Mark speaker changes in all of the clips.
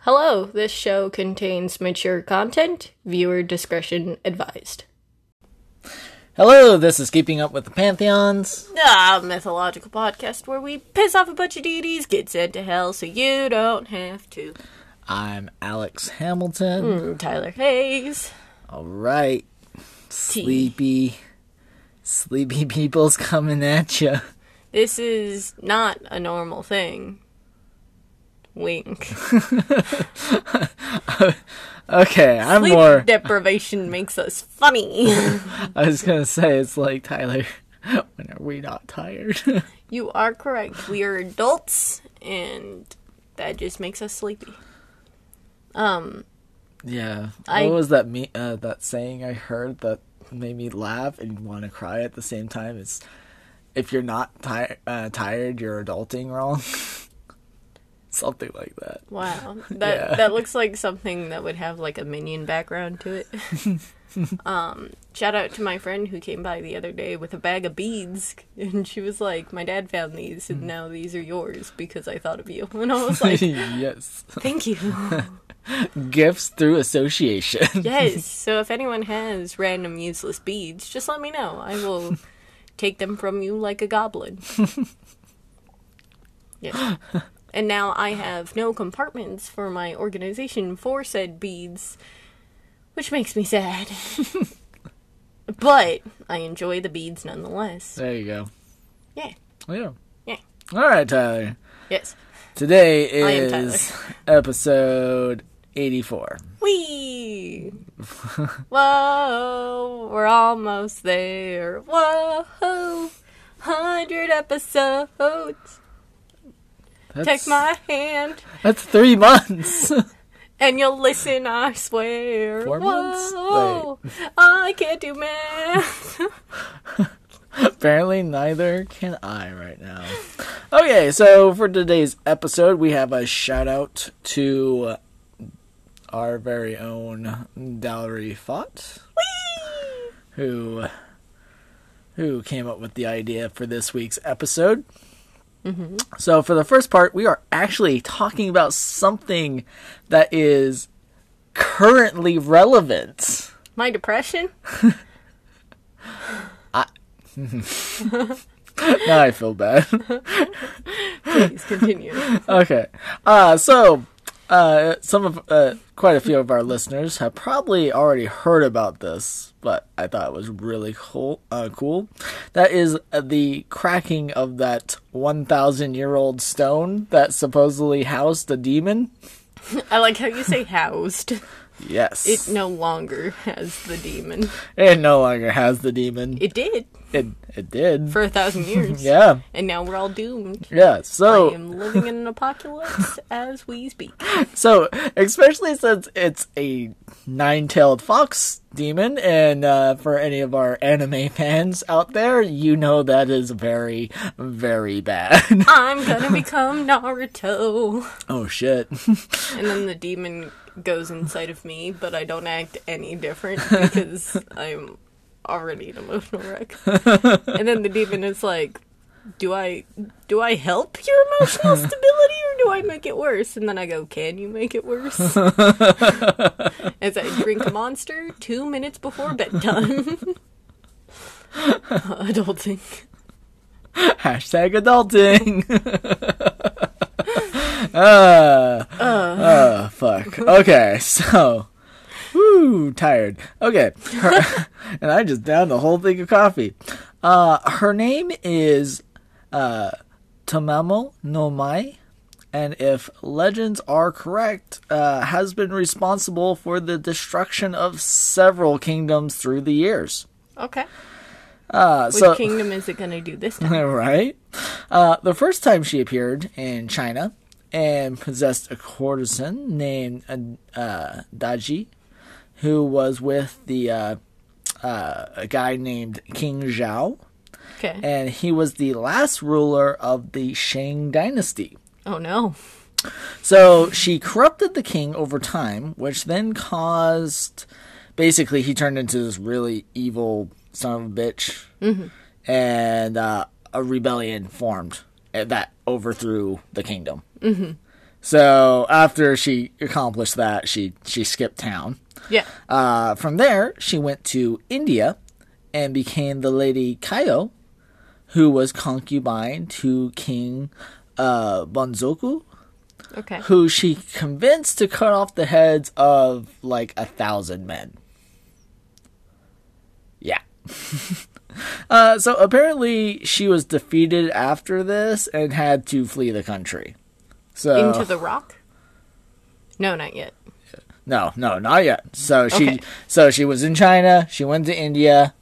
Speaker 1: Hello, this show contains mature content. Viewer discretion advised.
Speaker 2: Hello, this is Keeping Up with the Pantheons.
Speaker 1: Ah, mythological podcast where we piss off a bunch of deities, get sent to hell so you don't have to.
Speaker 2: I'm Alex Hamilton.
Speaker 1: Mm, Tyler Hayes.
Speaker 2: All right. Sleepy, sleepy people's coming at you.
Speaker 1: This is not a normal thing. Wink.
Speaker 2: Okay, I'm
Speaker 1: Sleep
Speaker 2: more.
Speaker 1: deprivation makes us funny.
Speaker 2: I was gonna say it's like Tyler. When are we not tired?
Speaker 1: you are correct. We are adults, and that just makes us sleepy. Um,
Speaker 2: yeah.
Speaker 1: I-
Speaker 2: What was that me uh, that saying I heard that made me laugh and want to cry at the same time? Is if you're not ti- uh, tired, you're adulting wrong. Something like that.
Speaker 1: wow. That
Speaker 2: Yeah.
Speaker 1: that looks like something that would have like a minion background to it. um, shout out to my friend who came by the other day with a bag of beads, and she was like, "My dad found these, and now these are yours because I thought of you." And I was like,
Speaker 2: yes.
Speaker 1: "Thank you."
Speaker 2: Gifts through association.
Speaker 1: Yes. So if anyone has random useless beads, just let me know. I will take them from you like a goblin. yes. And now I have no compartments for my organization for said beads, which makes me sad. but I enjoy the beads nonetheless.
Speaker 2: There you go.
Speaker 1: Yeah.
Speaker 2: Yeah.
Speaker 1: Yeah.
Speaker 2: All right, Tyler.
Speaker 1: Yes.
Speaker 2: Today
Speaker 1: I am Tyler.
Speaker 2: is episode 84.
Speaker 1: Whee! Whoa, we're almost there. Whoa, hundred episodes.
Speaker 2: That's,
Speaker 1: Take my hand
Speaker 2: That's three months.
Speaker 1: and you'll listen. I swear.
Speaker 2: Four months?
Speaker 1: Whoa, I can't do math.
Speaker 2: Apparently, neither can I right now. Okay, so for today's episode, we have a shout out to our very own Dowry Fott, who who came up with the idea for this week's episode. So for the first part, we are actually talking about something that is currently relevant.
Speaker 1: my depression.
Speaker 2: Now I feel bad.
Speaker 1: Please continue.
Speaker 2: okay. Uh, so, uh, some of, uh, quite a few of our listeners have probably already heard about this, but I thought it was really cool. Uh, cool. That is uh, the cracking of that 1,000 year old stone that supposedly housed a demon.
Speaker 1: I like how you say housed.
Speaker 2: Yes.
Speaker 1: It no longer has the demon.
Speaker 2: It no longer has the demon.
Speaker 1: It did
Speaker 2: It, it did.
Speaker 1: for a thousand years.
Speaker 2: yeah. Oh.
Speaker 1: And now we're all doomed.
Speaker 2: Yeah. So.
Speaker 1: I am living in an apocalypse as we speak.
Speaker 2: So, especially since it's a nine-tailed fox demon, and uh, for any of our anime fans out there, you know that is very, very bad.
Speaker 1: I'm gonna become Naruto.
Speaker 2: oh shit!
Speaker 1: And then the demon goes inside of me, but I don't act any different because I'm already an emotional wreck. And then the demon is like, "Do I do I help your emotional stability or do I make it worse?" And then I go, "Can you make it worse?" As I drink a monster 2 minutes before bedtime. Adulting.
Speaker 2: Hashtag adulting. uh, uh, fuck. Okay, so. Woo, tired. Okay. Her- and I just downed the whole thing of coffee. Uh, her name is uh, Tamamo no Mai, and if legends are correct, uh, has been responsible for the destruction of several kingdoms through the years.
Speaker 1: Okay.
Speaker 2: Uh,
Speaker 1: Which
Speaker 2: so,
Speaker 1: kingdom is it going to do this time?
Speaker 2: right? Uh, the first time she appeared in China and possessed a courtesan named uh, uh, Daji, who was with the uh, uh, a guy named King Zhao,
Speaker 1: Okay.
Speaker 2: and he was the last ruler of the Shang dynasty.
Speaker 1: Oh no.
Speaker 2: So she corrupted the king over time, which then caused basically he turned into this really evil son of a bitch, eh, and uh, a rebellion formed that overthrew the kingdom. So after she accomplished that, she she skipped town.
Speaker 1: Yeah.
Speaker 2: Uh, from there, she went to India and became the Lady Kayo, who was concubine to King uh, Bonzoku,
Speaker 1: Okay.
Speaker 2: who she convinced to cut off the heads of like a thousand men. Yeah. uh, so apparently, she was defeated after this and had to flee the country. So
Speaker 1: Into the rock? No, not yet.
Speaker 2: No, no, not yet. So she
Speaker 1: Okay.
Speaker 2: so she was in China, she went to India.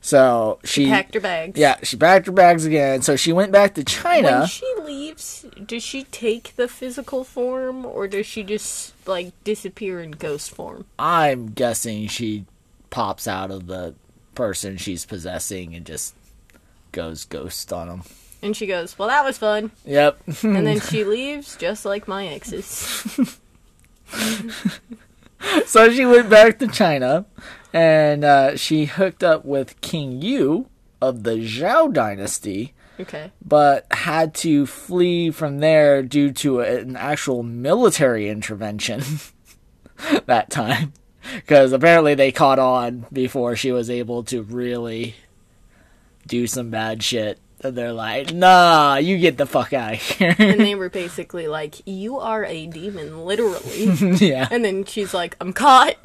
Speaker 2: So she
Speaker 1: Packed her bags.
Speaker 2: Yeah, she packed her bags again. So she went back to China.
Speaker 1: When she leaves, does she take the physical form or does she just like disappear in ghost form?
Speaker 2: I'm guessing she pops out of the person she's possessing and just goes ghost on them.
Speaker 1: And she goes, "Well, that was fun."
Speaker 2: Yep.
Speaker 1: And
Speaker 2: Hmm.
Speaker 1: then she leaves just like my exes.
Speaker 2: so she went back to China and uh, she hooked up with King Yu of the Zhao dynasty.
Speaker 1: Okay.
Speaker 2: but had to flee from there due to a- an actual military intervention that time. Because apparently they caught on before she was able to really do some bad shit. And they're like, nah, you get the fuck out of here.
Speaker 1: And they were basically like, "You are a demon, literally."
Speaker 2: yeah.
Speaker 1: and then she's like, "I'm caught."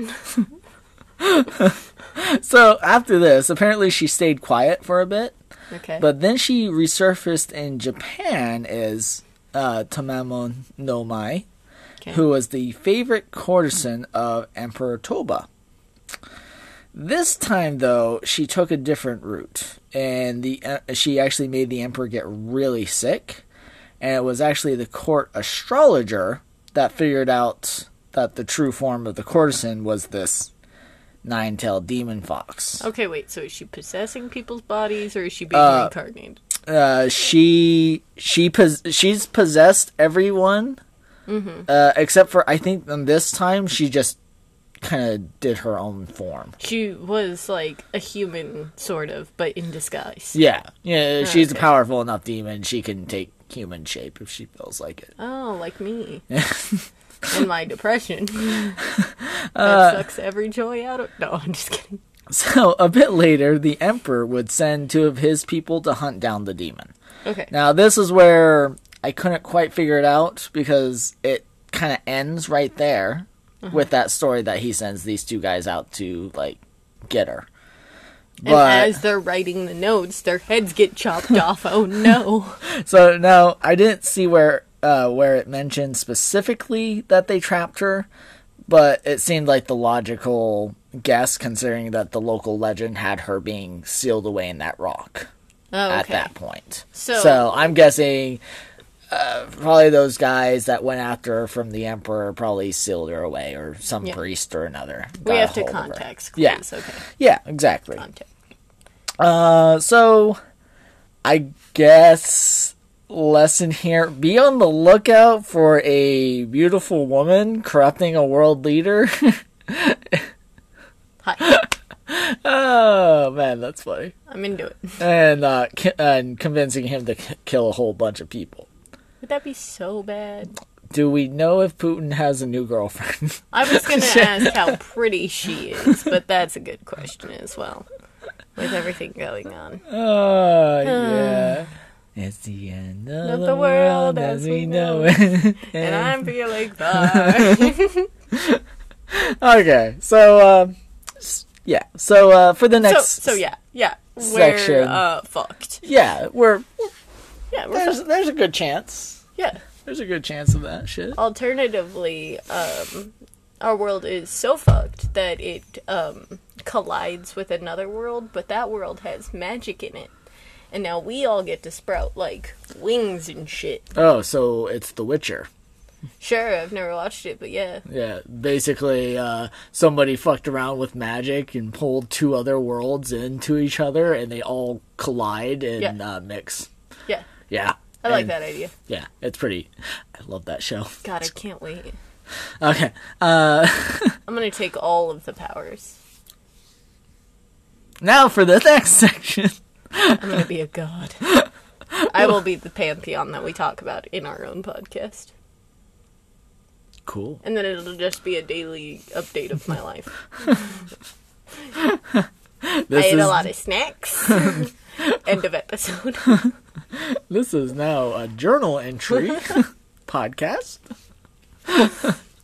Speaker 2: So after this, apparently she stayed quiet for a bit.
Speaker 1: Okay.
Speaker 2: But then she resurfaced in Japan as uh, Tamamo no Mai,
Speaker 1: Okay.
Speaker 2: who was the favorite courtesan of Emperor Toba. This time, though, she took a different route, and the uh, she actually made the emperor get really sick, and it was actually the court astrologer that figured out that the true form of the courtesan was this nine-tailed demon fox.
Speaker 1: Okay, wait. So is she possessing people's bodies, or is she being reincarnated?
Speaker 2: Uh, she she pos- she's possessed everyone uh, except for I think on this time she just kind of did her own form.
Speaker 1: She was like a human, sort of, but in disguise.
Speaker 2: Yeah, yeah. she's
Speaker 1: okay.
Speaker 2: a powerful enough demon. She can take human shape if she feels like it.
Speaker 1: Oh, like me. and my depression. that
Speaker 2: Uh,
Speaker 1: sucks every joy out of. No, I'm just kidding.
Speaker 2: So a bit later, the emperor would send two of his people to hunt down the demon.
Speaker 1: Okay.
Speaker 2: Now this is where I couldn't quite figure it out because it kind of ends right there with that story that he sends these two guys out to like get her.
Speaker 1: and as they're writing the notes, their heads get chopped off. Oh no.
Speaker 2: So no, I didn't see where uh, where it mentioned specifically that they trapped her, but it seemed like the logical guess considering that the local legend had her being sealed away in that rock
Speaker 1: Oh,
Speaker 2: at
Speaker 1: okay.
Speaker 2: that point.
Speaker 1: So-
Speaker 2: So, I'm guessing uh, probably those guys that went after her from the emperor probably sealed her away, or some
Speaker 1: Yeah.
Speaker 2: priest or another.
Speaker 1: We
Speaker 2: got a
Speaker 1: have to
Speaker 2: hold of her.
Speaker 1: context clues.
Speaker 2: Yeah.
Speaker 1: Okay.
Speaker 2: Yeah, exactly.
Speaker 1: Context.
Speaker 2: Uh, so I guess lesson here: be on the lookout for a beautiful woman corrupting a world leader.
Speaker 1: Hi.
Speaker 2: oh man, that's funny.
Speaker 1: I'm into it.
Speaker 2: And uh, c- and convincing him to k- kill a whole bunch of people.
Speaker 1: Would that be so bad?
Speaker 2: Do we know if Putin has a new girlfriend?
Speaker 1: I was going to ask how pretty she is, but that's a good question as well. With everything going on.
Speaker 2: oh yeah. It's the end of
Speaker 1: Not
Speaker 2: the, world, as we know it.
Speaker 1: And I'm feeling fine.
Speaker 2: okay, so um, s- yeah, so uh, for the
Speaker 1: so,
Speaker 2: next,
Speaker 1: so, yeah. Yeah. We're
Speaker 2: Section.
Speaker 1: uh, fucked.
Speaker 2: yeah, we're
Speaker 1: Yeah, we're fucked.
Speaker 2: there's there's a good chance.
Speaker 1: Yeah.
Speaker 2: There's a good chance of that shit.
Speaker 1: Alternatively, um, our world is so fucked that it um, collides with another world, but that world has magic in it. And now we all get to sprout, like, wings and shit.
Speaker 2: Oh, so it's The Witcher.
Speaker 1: Sure, I've never watched it, but yeah.
Speaker 2: Yeah, basically, uh, somebody fucked around with magic and pulled two other worlds into each other, and they all collide and
Speaker 1: Yeah.
Speaker 2: uh, mix.
Speaker 1: Yeah.
Speaker 2: Yeah,
Speaker 1: I like
Speaker 2: And-
Speaker 1: that idea.
Speaker 2: Yeah, it's pretty. I love that show.
Speaker 1: God, I can't wait.
Speaker 2: Okay, uh,
Speaker 1: I'm gonna take all of the powers.
Speaker 2: now for the next section.
Speaker 1: I'm gonna be a god. I will be the pantheon that we talk about in our own podcast.
Speaker 2: Cool.
Speaker 1: and then it'll just be a daily update of my life.
Speaker 2: This
Speaker 1: I ate
Speaker 2: is
Speaker 1: a lot of snacks. End of episode.
Speaker 2: this is now a journal entry podcast.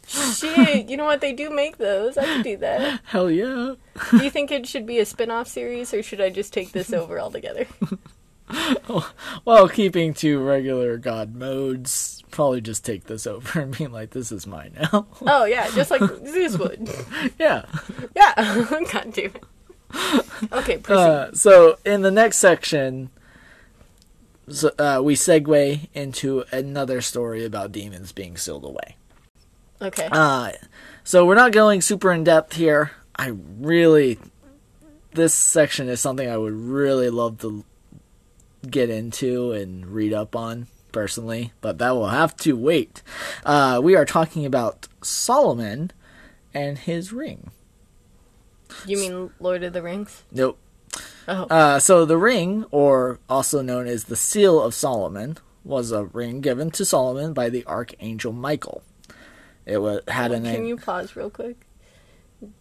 Speaker 1: Shit, you know what? They do make those. I could do that.
Speaker 2: Hell yeah.
Speaker 1: Do you think it should be a spin off series, or should I just take this over altogether?
Speaker 2: While keeping to regular god modes, probably just take this over and be like, this is mine now.
Speaker 1: Oh, yeah, just like Zeus would.
Speaker 2: yeah.
Speaker 1: Yeah, god damn it. Okay, proceed.
Speaker 2: Uh, so in the next section, so, uh, we segue into another story about demons being sealed away.
Speaker 1: okay.
Speaker 2: Uh, so we're not going super in depth here. I really, this section is something I would really love to get into and read up on personally, but that will have to wait. Uh, we are talking about Solomon and his ring.
Speaker 1: you mean Lord of the Rings?
Speaker 2: Nope.
Speaker 1: Oh,
Speaker 2: Uh, so the ring, or also known as the seal of Solomon, was a ring given to Solomon by the archangel Michael. It was had a name
Speaker 1: can you pause real quick?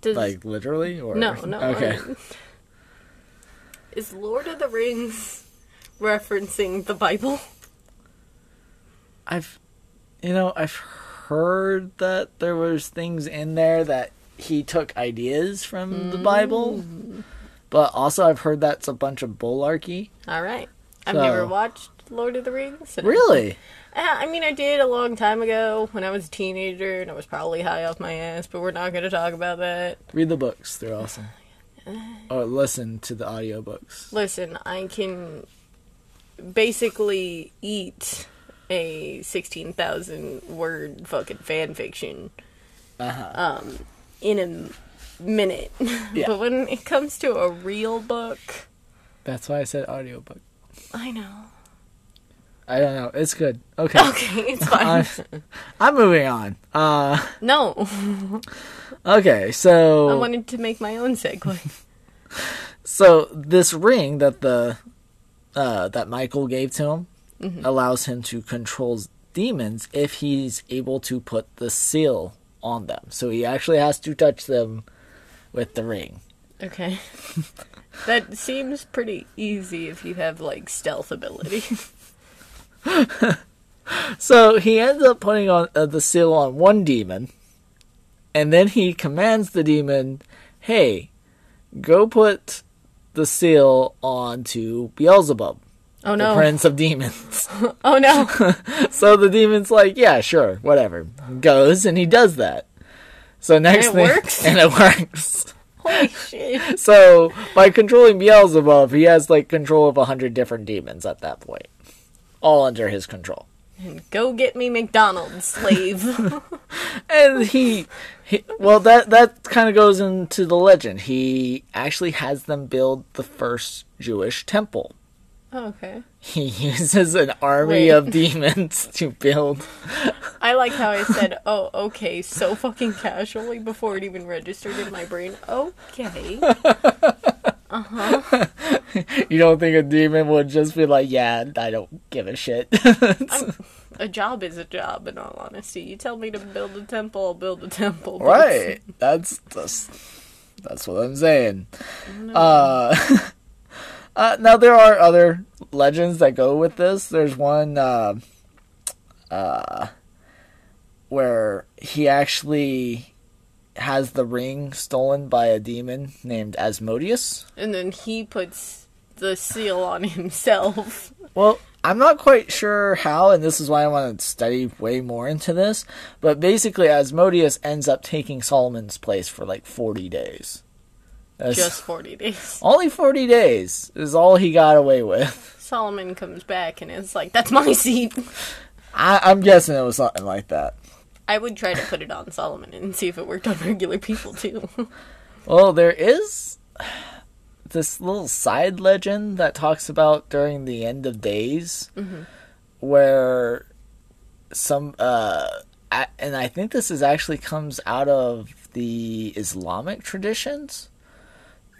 Speaker 1: Does,
Speaker 2: like literally or
Speaker 1: no, no.
Speaker 2: Okay.
Speaker 1: I- Is Lord of the Rings referencing the Bible?
Speaker 2: I've you know, I've heard that there was things in there that he took ideas from the Bible. But also I've heard that's a bunch of bullarchy.
Speaker 1: All right. I've
Speaker 2: So-
Speaker 1: never watched Lord of the Rings. and I-
Speaker 2: Really?
Speaker 1: Uh, I mean, I did a long time ago when I was a teenager, and I was probably high off my ass. But we're not going to talk about that.
Speaker 2: Read the books, they're awesome. Or listen to the audiobooks.
Speaker 1: Listen, I can basically eat a 16,000 word fucking fan fiction um, in a m- minute.
Speaker 2: Uh-huh. Yeah.
Speaker 1: but when it comes to a real book,
Speaker 2: That's why I said audiobook.
Speaker 1: I know.
Speaker 2: I don't know. It's good. Okay.
Speaker 1: Okay, it's fine.
Speaker 2: I'm, I'm moving on. Uh,
Speaker 1: no,
Speaker 2: okay,
Speaker 1: I
Speaker 2: so
Speaker 1: wanted to make my own segue.
Speaker 2: so this ring that the uh, that Michael gave to him
Speaker 1: Mm-hmm.
Speaker 2: allows him to control demons if he's able to put the seal on them. So he actually has to touch them with the ring.
Speaker 1: Okay. That seems pretty easy if you have like stealth ability.
Speaker 2: So he ends up putting on uh, the seal on one demon, and then he commands the demon, "Hey, go put the seal onto Beelzebub,
Speaker 1: Oh
Speaker 2: the
Speaker 1: no.
Speaker 2: prince of demons."
Speaker 1: Oh no.
Speaker 2: so the demon's like, "Yeah, sure, whatever." Goes and he does that. So next
Speaker 1: it
Speaker 2: thing,
Speaker 1: works?
Speaker 2: and it works.
Speaker 1: Holy shit.
Speaker 2: So by controlling Beelzebub, he has like control of a hundred different demons at that point, all under his control.
Speaker 1: Go get me McDonald's, slave.
Speaker 2: and he, he well that that kind of goes into the legend he actually has them build the first jewish temple
Speaker 1: Oh, okay.
Speaker 2: he uses an army
Speaker 1: Wait.
Speaker 2: of demons to build
Speaker 1: I like how I said, oh, okay, so fucking casually before it even registered in my brain. Okay.
Speaker 2: you don't think a demon would just be like yeah i don't give a shit
Speaker 1: I'm, a job is a job, in all honesty. You tell me to build a temple, I'll build a temple. but
Speaker 2: right that's that's that's what i'm saying uh, uh now there are other legends that go with this there's one uh uh where he actually has the ring stolen by a demon named asmodeus
Speaker 1: And then he puts the seal on himself.
Speaker 2: Well, I'm not quite sure how, and this is why I want to study way more into this. But basically, Asmodeus ends up taking Solomon's place for like 40 days. That's-
Speaker 1: Just 40 days.
Speaker 2: only 40 days is all he got away with.
Speaker 1: Solomon comes back and is like, that's my seat.
Speaker 2: I, I'm guessing it was something like that.
Speaker 1: I would try to put it on Solomon and see if it worked on regular people too.
Speaker 2: Well, there is this little side legend that talks about during the end of days, where some uh, I, and I think this is actually comes out of the Islamic traditions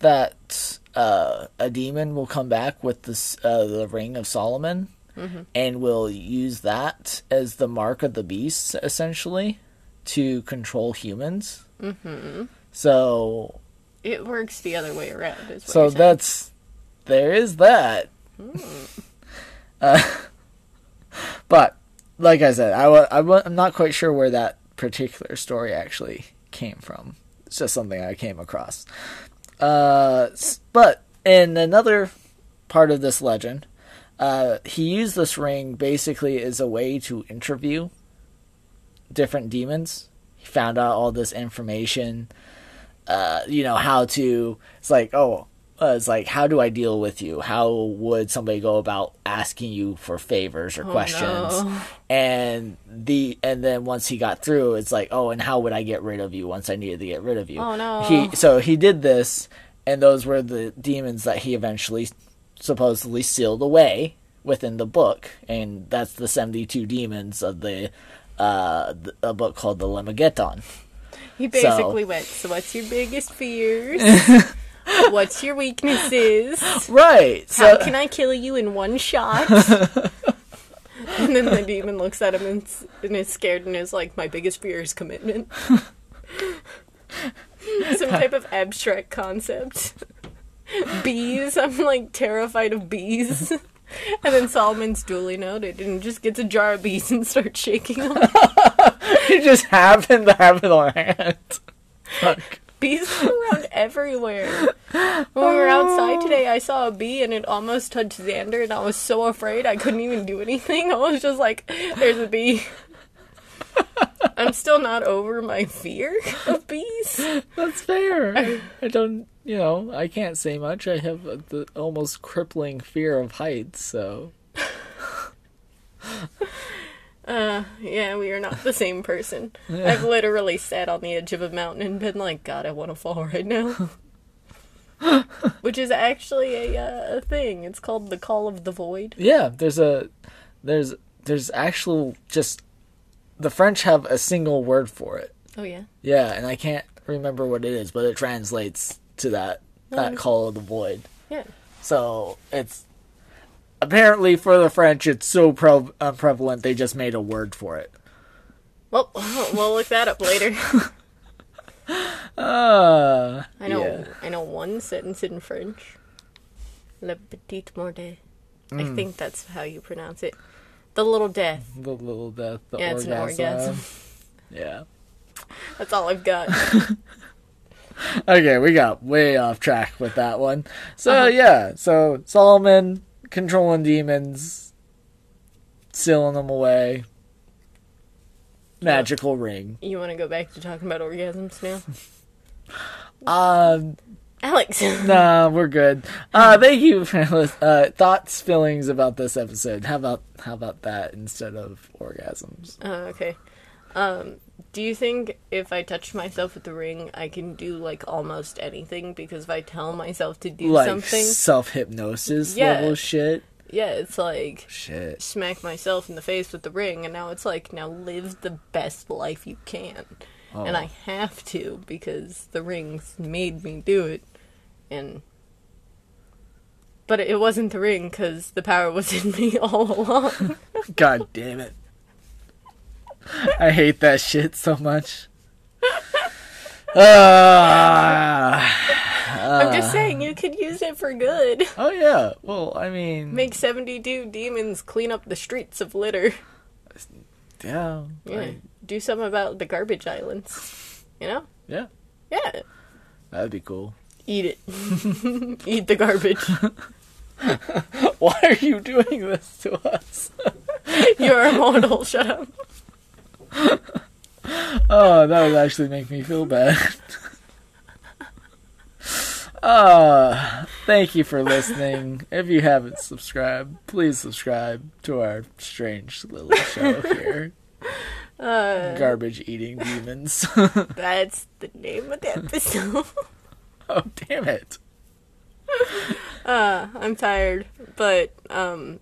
Speaker 2: that uh, a demon will come back with this uh, the ring of Solomon. And will use that as the mark of the beast, essentially to control humans. Mm-hmm. So
Speaker 1: It works the other way around. Is what
Speaker 2: so
Speaker 1: you're saying. Hmm.
Speaker 2: that's there is that. uh, but like I said, I wa- I wa- I'm not quite sure where that particular story actually came from. It's just something I came across. Uh, s- but in another part of this legend, uh, he used this ring basically as a way to interview different demons. He found out all this information uh, you know how to it's like oh uh, it's like how do i deal with you how would somebody go about asking you for favors or questions
Speaker 1: no.
Speaker 2: and the and then once he got through it's like oh and how would i get rid of you once i needed to get rid of you
Speaker 1: Oh, no.
Speaker 2: he so he did this and those were the demons that he eventually supposedly sealed away within the book and that's the 72 demons of the uh th- a book called the lemageddon
Speaker 1: He basically went, So, what's your biggest fears? what's your weaknesses?
Speaker 2: right
Speaker 1: How can I kill you in one shot? and then the demon looks at him and, s- and is scared and is like, My biggest fear is commitment. Some type of abstract concept. bees. I'm like terrified of bees. and then Solomon's duly noted and just gets a jar of bees and starts shaking them.
Speaker 2: You just happen to have it on hand. Fuck.
Speaker 1: Bees come around everywhere. When we were outside today, I saw a bee and it almost touched Xander, and I was so afraid I couldn't even do anything. I was just like, there's a bee. I'm still not over my fear of bees.
Speaker 2: That's fair. I, I don't, you know, I can't say much. I have a, the almost crippling fear of heights, so.
Speaker 1: Uh, yeah, we are not the same person. I've literally sat on the edge of a mountain and been like, God, I want to fall right now. Which is actually a, uh, a thing. It's called the Call of the Void.
Speaker 2: Yeah, there's a, there's, there's actual just, the French have a single word for it.
Speaker 1: Oh, yeah.
Speaker 2: Yeah, and I can't remember what it is, but it translates to that that call of the void.
Speaker 1: Yeah.
Speaker 2: So it's apparently for the French, it's so pro- uh, prevalent they just made a word for it.
Speaker 1: Well, we'll look that up later.
Speaker 2: Uh,
Speaker 1: I know
Speaker 2: yeah.
Speaker 1: I know one sentence in French. Le petit mort de. I think that's how you pronounce it. The little death.
Speaker 2: the little death, the
Speaker 1: Yeah, it's an orgasm.
Speaker 2: Yeah.
Speaker 1: That's all I've got.
Speaker 2: Okay, we got way off track with that one. So
Speaker 1: Uh-huh.
Speaker 2: yeah, so Solomon controlling demons, sealing them away. Magical ring.
Speaker 1: you want to go back to talking about orgasms now?
Speaker 2: Um,
Speaker 1: Alex.
Speaker 2: nah, we're good. Uh, thank you for lis- uh, thoughts, feelings about this episode. How about how about that instead of orgasms?
Speaker 1: Oh, okay. Um, do you think if I touch myself with the ring, I can do like almost anything? Because if I tell myself to do
Speaker 2: Like
Speaker 1: something,
Speaker 2: self hypnosis
Speaker 1: Yeah.
Speaker 2: level shit.
Speaker 1: yeah, it's like
Speaker 2: Shit.
Speaker 1: smack myself in the face with the ring and now it's like now live the best life you can and i have to because the rings made me do it and but it wasn't the ring because the power was in me all along
Speaker 2: God damn it. I hate that shit so much. Ah.
Speaker 1: i'm just saying you could use it for good
Speaker 2: oh yeah. Well, I mean,
Speaker 1: make 72 demons clean up the streets of litter
Speaker 2: yeah,
Speaker 1: yeah
Speaker 2: like,
Speaker 1: do something about the garbage islands you know
Speaker 2: yeah,
Speaker 1: yeah
Speaker 2: that'd be cool.
Speaker 1: eat it eat the garbage
Speaker 2: Why are you doing this to us?
Speaker 1: You're immortal. Shut up.
Speaker 2: Oh, that would actually make me feel bad. Uh, thank you for listening. If you haven't subscribed, please subscribe to our strange little show here.
Speaker 1: Uh,
Speaker 2: Garbage eating demons.
Speaker 1: that's the name of the episode.
Speaker 2: Oh, damn it.
Speaker 1: uh, I'm tired, but um,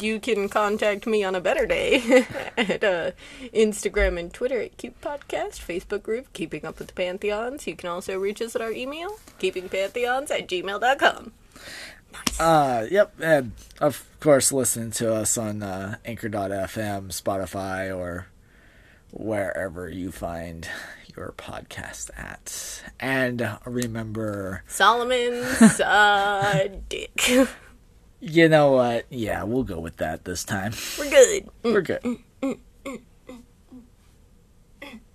Speaker 1: you can contact me on a better day at uh, Instagram and Twitter at Cute Podcast, Facebook group Keeping Up with the Pantheons. You can also reach us at our email, keepingpantheons at gmail.com.
Speaker 2: Uh, yep. And of course, listen to us on uh, anchor.fm, Spotify, or wherever you find your podcast at. And remember,
Speaker 1: Solomon's uh, dick.
Speaker 2: you know what? Yeah, we'll go with that this time.
Speaker 1: We're good.
Speaker 2: We're good.